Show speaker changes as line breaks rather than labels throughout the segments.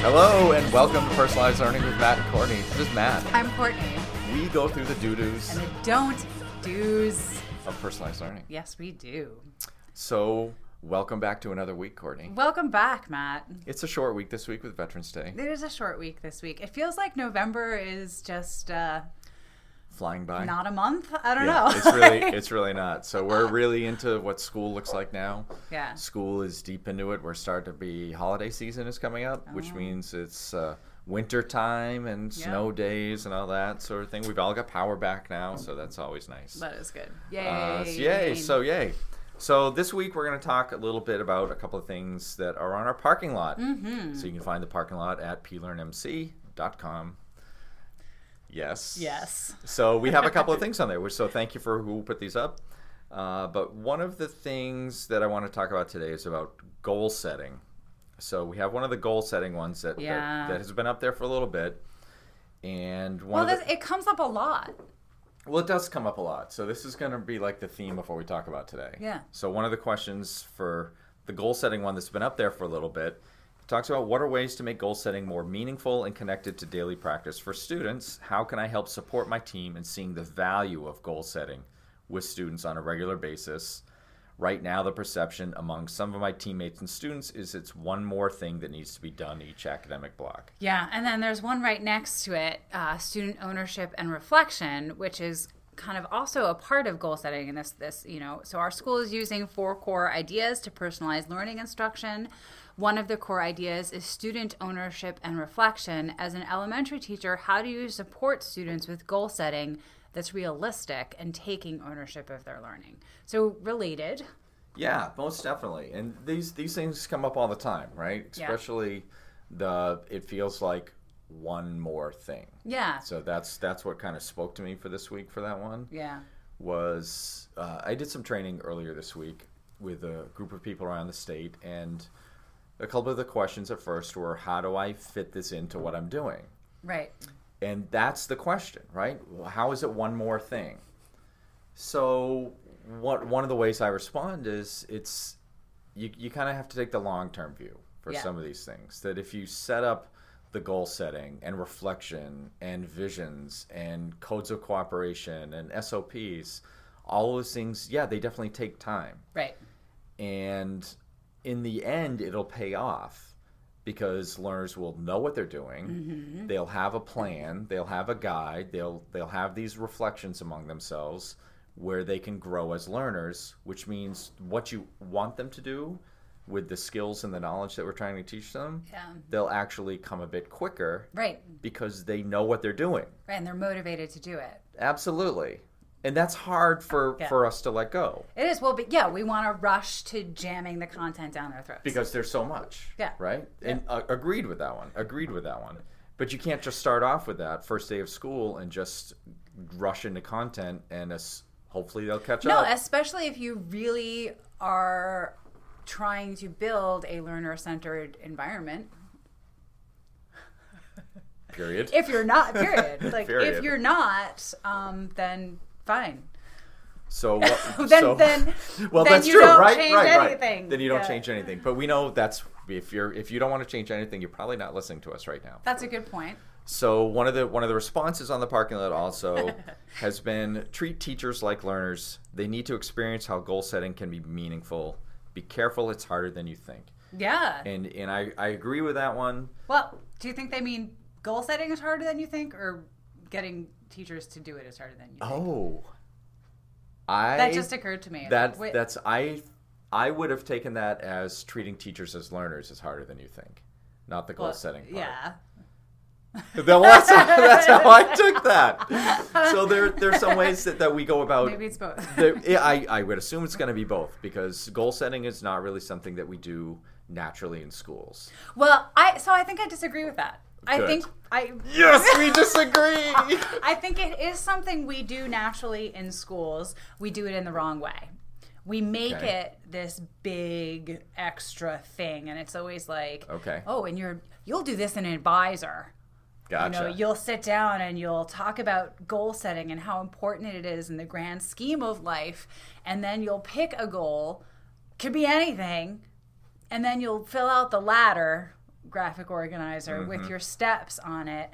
Hello and welcome to Personalized Learning with Matt and Courtney. This is Matt.
I'm Courtney,
We go through the doo-doos
and the don't do's.
of personalized learning.
Yes, we do.
So, welcome back to another week, Courtney.
Welcome back, Matt.
It's a short week this week with Veterans Day
It is a short week this week. It feels like November is just uh,
flying by.
not a month. I don't
yeah,
know.
it's really it's really not. So we're really into what school looks like now.
yeah.
School is deep into it. We're starting to be holiday season is coming up, which means it's uh, winter time and
Oh. Yeah.
snow days and all that sort of thing. We've all got power back now, so that's always nice.
That is good. Yay.
Uh, so yay! So yay! So this week we're going to talk a little bit about a couple of things that are on our parking lot. Mm-hmm. So you can find the parking lot at plearnmc.com. Yes.
Yes.
So we have a couple of things on there. which- So thank you for who put these up. Uh, but one of the things that I want to talk about today is about goal setting. So we have one of the goal setting ones that
Yeah.
that, that has been up there for a little bit, and
Well,
one of the,
this, it comes up a lot.
well, it does come up a lot. So this is going to be like the theme before we talk about today.
Yeah.
So one of the questions for the goal setting one that's been up there for a little bit talks about what are ways to make goal setting more meaningful and connected to daily practice for students? How can I help support my team in seeing the value of goal setting with students on a regular basis? Right now, the perception among some of my teammates and students is it's one more thing that needs to be done each academic block.
Yeah, and then there's one right next to it uh, student ownership and reflection, which is kind of also a part of goal setting and this this you know so our school is using four core ideas to personalize learning instruction one of the core ideas is student ownership and reflection as an elementary teacher how do you support students with goal setting that's realistic and taking ownership of their learning so related
Yeah, most definitely. And these these things come up all the time, right?
Yeah.
Especially the it feels like one more thing.
yeah
So that's that's what kind of spoke to me for this week for that one
yeah
was uh, I did some training earlier this week with a group of people around the state, and a couple of the questions at first were how do I fit this into what I'm doing?
right
And that's the question, right? How is it one more thing? So, what one of the ways I respond is it's you, you kind of have to take the long term view for
Yeah.
some of these things. That if you set up the goal setting and reflection and visions and codes of cooperation and SOPs, all those things, yeah, they definitely take time
right
and in the end it'll pay off because learners will know what they're doing
Mm-hmm.
they'll have a plan they'll have a guide they'll they'll have these reflections among themselves where they can grow as learners which means what you want them to do with the skills and the knowledge that we're trying to teach them
Yeah.
they'll actually come a bit quicker
right
because they know what they're doing
right and they're motivated to do it
absolutely and that's hard for
Yeah.
for us to let go
It is. Well, but yeah, we want to rush to jamming the content down their throats.
because there's so much.
Yeah.
Right. And uh, agreed with that one. Agreed with that one. But you can't just start off with that first day of school and just rush into content and as- hopefully they'll catch
no,
up.
especially if you really are trying to build a learner centered environment.
period.
If you're not, period. Like,
Period.
if you're not, um, then fine.
so what,
Then,
so-
then,
well,
then
that's
you
true,
don't
right?
change
right, right.
anything.
Then you don't
Yeah.
change anything. But we know that's if you're if you don't want to change anything, you're probably not listening to us right now.
that's a good point.
So one of the one of the responses on the parking lot also has been treat teachers like learners. They need to experience how goal setting can be meaningful. Be careful, it's harder than you think.
Yeah.
And and I, I agree with that one.
Well, do you think they mean goal setting is harder than you think, or getting teachers to do it is harder than you think?
Oh. I
that just occurred to me.
that
Wait,
that's I I would have taken that as treating teachers as learners is harder than you think. Not the goal
well,
setting part.
Yeah.
Well, that's, that's how I took that. So there there's some ways that, that we go about
Maybe it's both.
there, yeah, I, I would assume it's going to be both because goal setting is not really something that we do naturally in schools.
Well, I so I think I disagree with that. I
Good.
think I
Yes, we disagree.
I think it is something we do naturally in schools. We do it in the wrong way. We make
Okay.
it this big extra thing and it's always like
Okay.
Oh, and you're you'll do this in an advisor.
Gotcha.
You know, you'll sit down and you'll talk about goal setting and how important it is in the grand scheme of life. And then you'll pick a goal, could be anything, and then you'll fill out the ladder graphic organizer
Mm-hmm.
with your steps on it.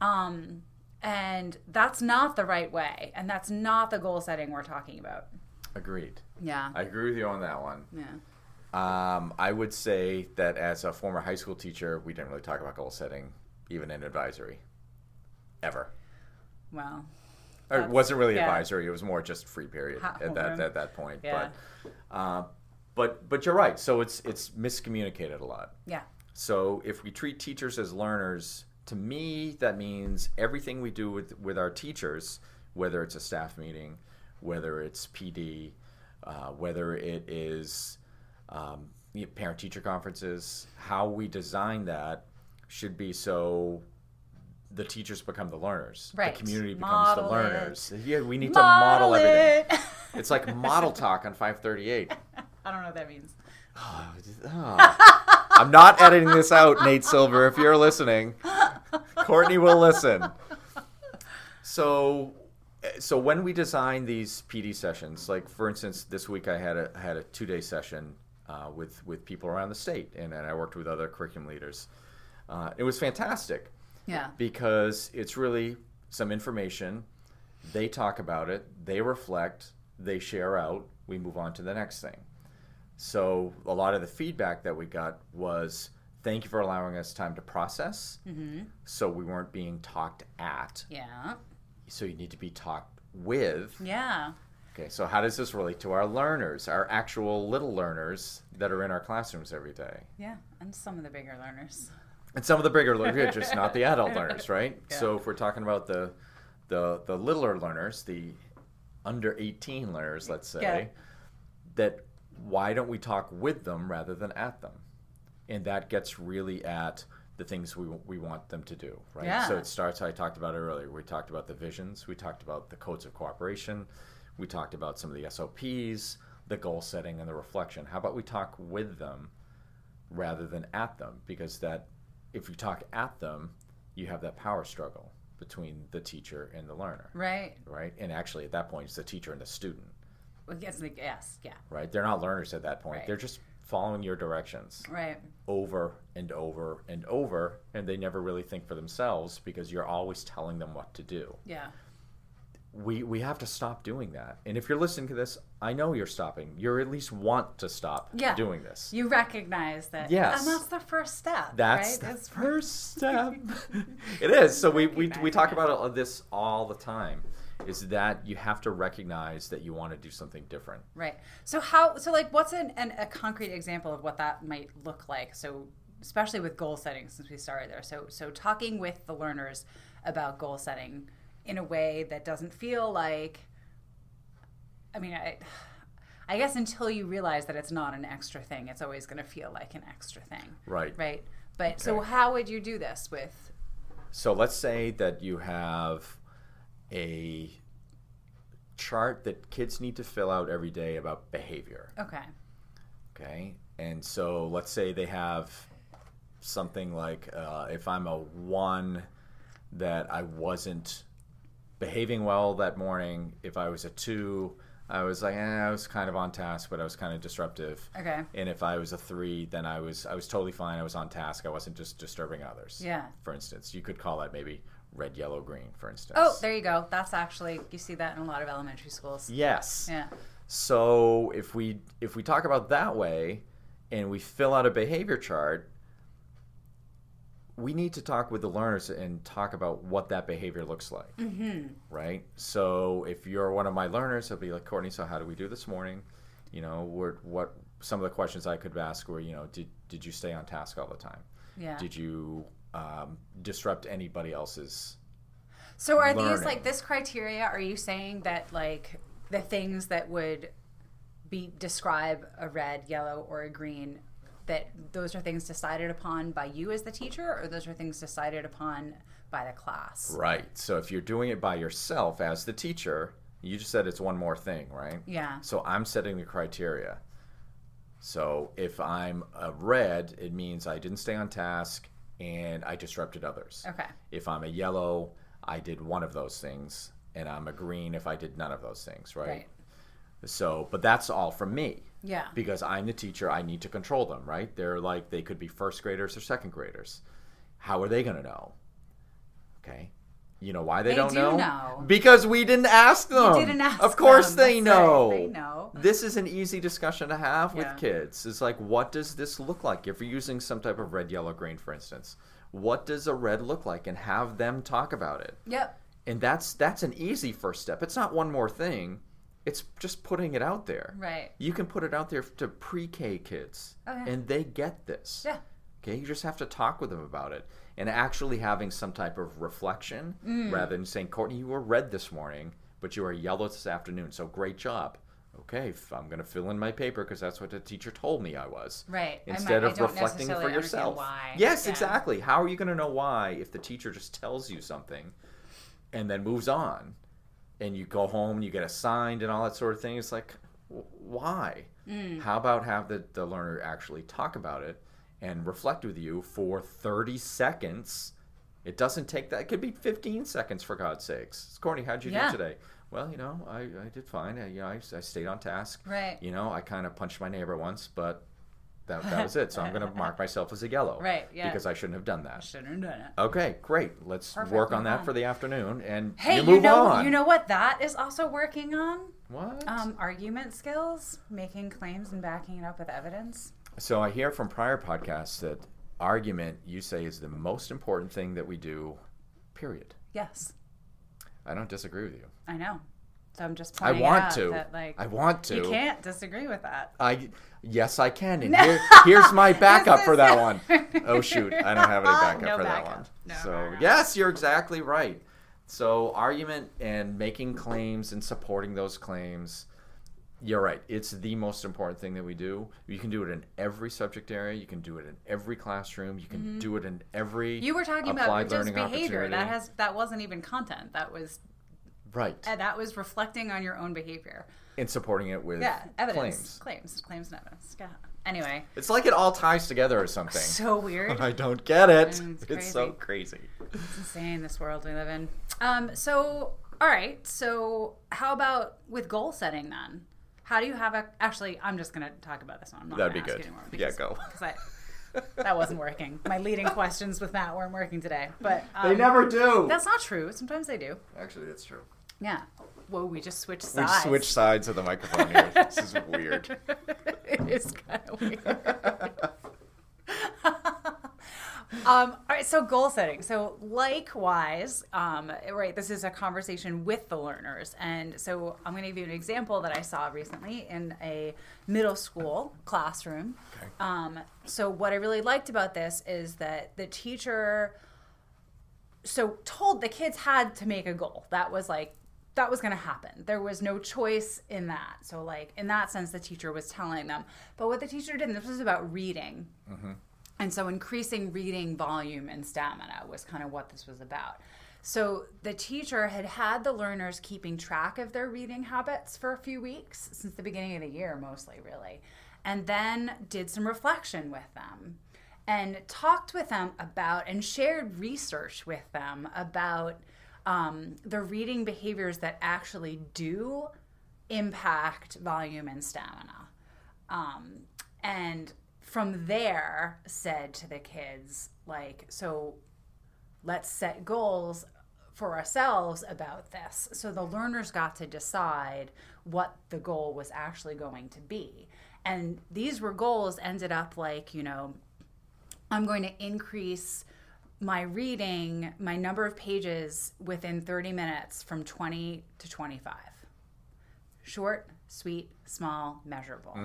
Um, and that's not the right way. And that's not the goal setting we're talking about.
Agreed.
Yeah.
I agree with you on that one.
yeah.
Um, I would say that as a former high school teacher, we didn't really talk about goal setting, even in advisory, ever.
Well,
Or it wasn't really
yeah.
advisory; it was more just free period
Hot
at
homeroom.
that at that point.
Yeah.
But, uh, but but you're right. So it's it's miscommunicated a lot.
yeah.
So if we treat teachers as learners, to me that means everything we do with with our teachers, whether it's a staff meeting, whether it's PD, uh, whether it is um, parent teacher conferences, how we design that should be so the teachers become the learners.
Right.
The community becomes the
Model it.
learners. Yeah, we need to model everything. It's like model talk on 538.
I don't know what that means.
Oh. I'm not editing this out, Nate Silver. If you're listening, Courtney will listen. So, so when we design these PD sessions, like for instance, this week I had a had a two day session uh, with with people around the state, and, and I worked with other curriculum leaders. Uh, it was fantastic
Yeah.
because it's really some information. They talk about it, they reflect, they share out, we move on to the next thing. So, a lot of the feedback that we got was thank you for allowing us time to process. So, we weren't being talked at.
Yeah.
So, you need to be talked with.
Yeah.
Okay, so how does this relate to our learners, our actual little learners that are in our classrooms every day?
Yeah. And some of the bigger learners.
And some of the bigger learners, just not the adult learners, right? So if we're talking about the the the littler learners, the under eighteen learners, let's say,
Yeah.
that why don't we talk with them rather than at them? And that gets really at the things we, we want them to do, right? So
Yeah.
it starts, I talked about it earlier. We talked about the visions, we talked about the codes of cooperation, we talked about some of the SOPs, the goal setting, and the reflection. How about we talk with them rather than at them because that if you talk at them you have that power struggle between the teacher and the learner
Right.
right and actually at that point it's the teacher and the student
Well, yes. like, Yes. Yeah.
right they're not learners at that point
Right.
they're just following your directions
Right.
over and over and over and they never really think for themselves because you're always telling them what to do
Yeah.
we we have to stop doing that and if you're listening to this i know you're stopping you're at least want to stop
Yeah.
doing this
You recognize that.
Yes.
And that's the first step.
That's
right?
the first step. it is. So we, we, we
Recognize
talk
it.
about all- this all the time. Is that you have to recognize that you want to do something different.
Right. So how? So like, what's an, an a concrete example of what that might look like? So especially with goal setting, since we started there. So so talking with the learners about goal setting in a way that doesn't feel like. I mean, I. I guess until you realize that it's not an extra thing, it's always going to feel like an extra thing,
Right.
right? But so, how would you do this with?
So let's say that you have a chart that kids need to fill out every day about behavior.
Okay,
Okay. And so let's say they have something like uh, if I'm a one that I wasn't behaving well that morning, if I was a two, I was like, eh, I was kind of on task, but I was kind of disruptive.
okay,
And if I was a three, then I was I was totally fine. I was on task. I wasn't just disturbing others.
yeah.
For instance, you could call that maybe red, yellow, green. For instance.
Oh, there you go. That's actually you see that in a lot of elementary schools.
Yes.
Yeah,
So if we if we talk about that way and we fill out a behavior chart, we need to talk with the learners and talk about what that behavior looks like. Mm-hmm. Right? So if you're one of my learners, it'll be like, Courtney, so how do we do this morning? You know, what what some of the questions I could ask were, you know, did did you stay on task all the time?
yeah.
Did you um, disrupt anybody else's
So are these
learning.
like this criteria? Are you saying that like the things that would be describe a red, yellow, or a green that those are things decided upon by you as the teacher, or those are things decided upon by the class?
Right. So if you're doing it by yourself as the teacher, you just said it's one more thing, right?
Yeah.
So I'm setting the criteria. So if I'm a red, it means I didn't stay on task and I disrupted others.
Okay.
If I'm a yellow, I did one of those things, and I'm a green if I did none of those things, right?
Right.
So, but that's all from me.
Yeah.
because I'm the teacher, I need to control them, right? They're like they could be first graders or second graders. How are they going to know? Okay. You know why they,
They
don't
do
know?
know.
Because we didn't ask them.
didn't ask
Of course
them.
they
That's right.
know.
They know.
This is an easy discussion to have
Yeah.
with kids. It's like what does this look like if you're using some type of red yellow green for instance? What does a red look like and have them talk about it?
Yep.
And that's that's an easy first step. It's not one more thing. It's just putting it out there.
Right.
You can put it out there to pre-K kids,
Oh, yeah.
and they get this.
Yeah.
Okay, you just have to talk with them about it, and actually having some type of reflection rather than saying, "Courtney, you were red this morning, but you were yellow this afternoon. So great job." Okay, f- I'm going to fill in my paper because that's what the teacher told me I was.
Right. I might-
Instead
I
of
don't
reflecting for
necessarily understand
yourself.
why.
Yes,
Yeah.
exactly. How are you going to know why if the teacher just tells you something and then moves on? and you go home and you get assigned and all that sort of thing. It's like, w- why?
Mm.
How about have the, the learner actually talk about it and reflect with you for 30 seconds? It doesn't take that. It could be 15 seconds, for God's sakes. Courtney, how'd you
Yeah.
do today? Well, you know, I, I did fine. I, you know, I, I stayed on task.
Right.
You know, I kind of punched my neighbor once, but that, that was it. So I'm going to mark myself as a yellow.
Right, yeah.
Because I shouldn't have done that.
Shouldn't have done it.
Okay, great. Let's
Perfect,
work on
move
that
on.
for the afternoon, and
Hey,
you
you,
move
know,
on.
you know what that is also working on?
what?
Um, argument skills, making claims and backing it up with evidence.
So I hear from prior podcasts that argument, you say, is the most important thing that we do, period.
Yes,
I don't disagree with you.
I know. So I'm just
I
pointing
want
out
to.
that, like,
I want to.
you can't disagree with that.
I yes, I can. And here, here's my backup for that one. Oh shoot, I don't have any backup
No
for that
backup.
one.
No,
so
no, no.
yes, you're exactly right. So argument and making claims and supporting those claims. You're right. It's the most important thing that we do. You can do it in every subject area. You can do it in every classroom. You can do it in every.
Mm-hmm. You were talking about
applied
just
learning
behavior. That
opportunity.
has that wasn't even content. That was
right
uh, that was reflecting on your own behavior.
and supporting it with
Yeah, evidence,
claims.
claims, claims, and evidence. Yeah. Anyway,
It's like it all ties together or something.
so weird.
I don't get it.
Mm,
it's
it's
so
crazy.
crazy.
insane this world we live in um so all right so how about with goal setting then how do you have a actually i'm just gonna talk about this one i'm not
That'd
gonna
be
ask
good.
anymore
Yeah, go.
because I, that wasn't working my leading questions with matt weren't working today but um,
do.
that's not true sometimes they do
Actually, that's true.
yeah whoa we just switched
We
sides
switch sides of the microphone here. this is weird.
it is kind of weird Um, all right, so goal setting. So, likewise, um, right, this is a conversation with the learners. And so, I'm going to give you an example that I saw recently in a middle school classroom.
Okay.
Um, so, what I really liked about this is that the teacher so told the kids had to make a goal. That was like that was going to happen. There was no choice in that. So like in that sense the teacher was telling them. But what the teacher did and this was about reading. And so increasing reading volume and stamina was kind of what this was about. So the teacher had had the learners keeping track of their reading habits for a few weeks since the beginning of the year mostly really. And then did some reflection with them and talked with them about and shared research with them about um, the reading behaviors that actually do impact volume and stamina. Um, and from there, said to the kids, like, so let's set goals for ourselves about this. So the learners got to decide what the goal was actually going to be. And these were goals ended up like, you know, I'm going to increase my reading, my number of pages within 30 minutes from 20 to 25. Short, sweet, small, measurable.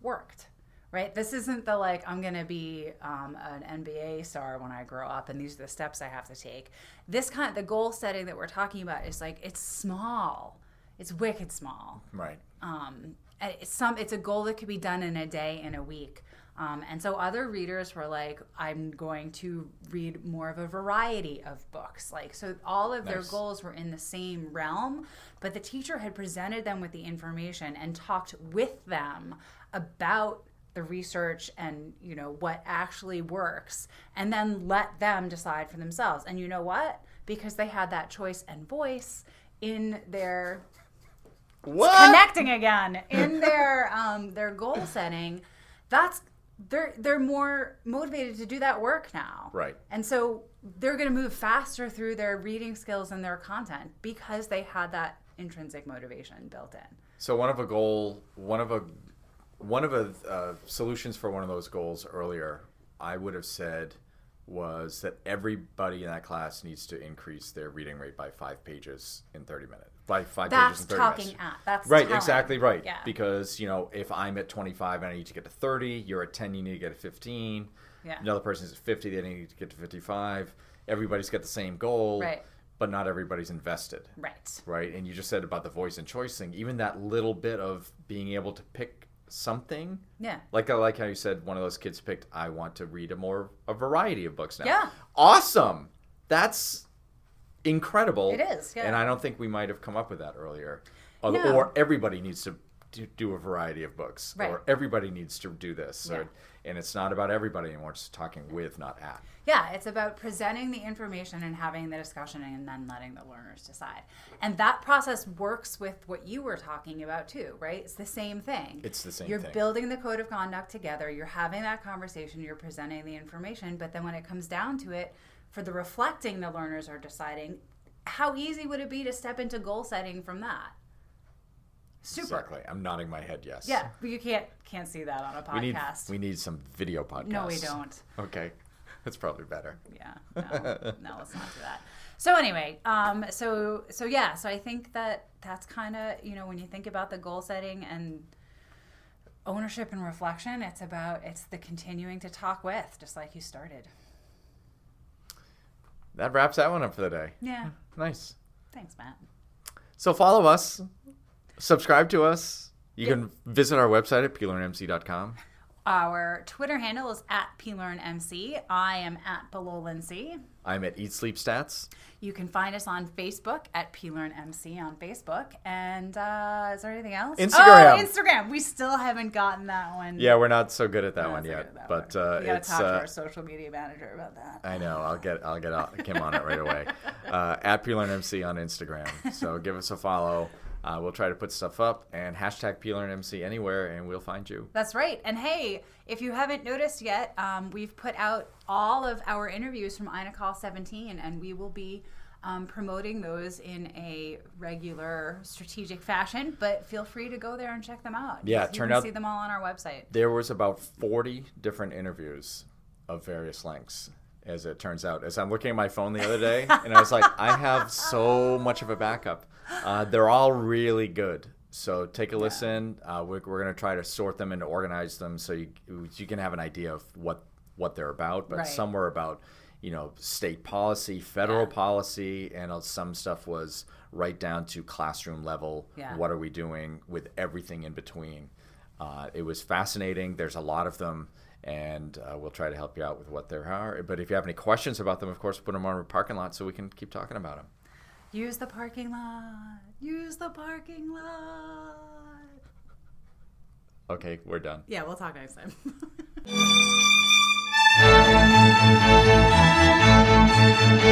Worked. Right? This isn't the like, I'm going to be um, an NBA star when I grow up and these are the steps I have to take. This kind of the goal setting that we're talking about is like, it's small, it's wicked small
Right.
um, and it's some it's a goal that could be done in a day in a week um, and so other readers were like i'm going to read more of a variety of books like so all of their
Nice.
goals were in the same realm but the teacher had presented them with the information and talked with them about the research and you know what actually works and then let them decide for themselves and you know what because they had that choice and voice in their
What?
connecting again in their um, their goal setting. That's they're they're more motivated to do that work now,
Right.
And so they're going to move faster through their reading skills and their content because they had that intrinsic motivation built in.
So one of a goal, one of a, one of a uh, solutions for one of those goals earlier, I would have said, was that everybody in that class needs to increase their reading rate by five pages in thirty minutes. By five
That's
pages in thirty
talking
minutes.
at that's
Right,
telling.
exactly right.
Yeah.
Because, you know, if I'm at 25 and I need to get to 30, you're at 10, you need to get to 15.
Yeah.
Another person's at 50, they need to get to 55. Everybody's got the same goal,
Right.
but not everybody's invested
right.
right? And you just said about the voice and choice thing, even that little bit of being able to pick something.
Yeah.
Like I like how you said one of those kids picked, I want to read a more a variety of books now.
Yeah.
Awesome. That's incredible.
It is, yeah.
And I don't think we might have come up with that earlier. Or,
No.
or everybody needs to do, do a variety of books.
Right.
Or everybody needs to do this.
Yeah.
Or, and it's not about everybody anymore. It's talking with, not at.
Yeah, it's about presenting the information and having the discussion and then letting the learners decide. And that process works with what you were talking about too, right? It's the same thing.
It's the same
You're
thing.
building the code of conduct together, you're having that conversation, you're presenting the information, but then when it comes down to it, for the reflecting, the learners are deciding how easy would it be to step into goal setting from that? Super.
Exactly. I'm nodding my head yes.
Yeah, but you can't can't see that on a
We need,
podcast.
we need some video podcasts.
no, we don't.
Okay, that's probably better.
yeah no, no let's not do that so anyway um so so yeah so i think that that's kind of you know when you think about the goal setting and ownership and reflection it's about it's the continuing to talk with just like you started
That wraps that one up for the day.
yeah
Nice.
thanks matt
So follow us, subscribe to us. You can visit our website at plearnmc.com.
our twitter handle is at plearnmc i am at below lindsay
I'm at Eat Sleep Stats.
you can find us on Facebook at PLearnMC on Facebook. And uh, is there anything else?
Instagram.
Oh, Instagram. We still haven't gotten that one.
Yeah, we're not so good at that
No,
one
it's not
yet,
good at that
but
one.
uh,
we gotta
it's.
talk to
uh,
our social media manager about that.
I know. I'll get. I'll get on- Kim on it right away. Uh, at plearnmc on Instagram. So give us a follow. Uh, we'll try to put stuff up and hashtag plearnmc anywhere, and we'll find you.
That's right. And hey, if you haven't noticed yet, um, we've put out all of our interviews from INACOL 17, and we will be um, promoting those in a regular, strategic fashion. But feel free to go there and check them out.
Yeah,
you
turn
can
out-
see them all on our website.
there was about 40 different interviews of various lengths as it turns out as i'm looking at my phone the other day and i was like i have so much of a backup uh, they're all really good so take a listen uh, we're, we're going to try to sort them and organize them so you, you can have an idea of what what they're about but
Right.
some were about you know state policy federal
Yeah.
policy and uh, some stuff was right down to classroom level
Yeah.
what are we doing with everything in between uh, it was fascinating there's a lot of them and uh, we'll try to help you out with what there are but if you have any questions about them of course put them on our parking lot so we can keep talking about them
Use the parking lot. Use the parking lot.
okay we're done
Yeah, we'll talk next time.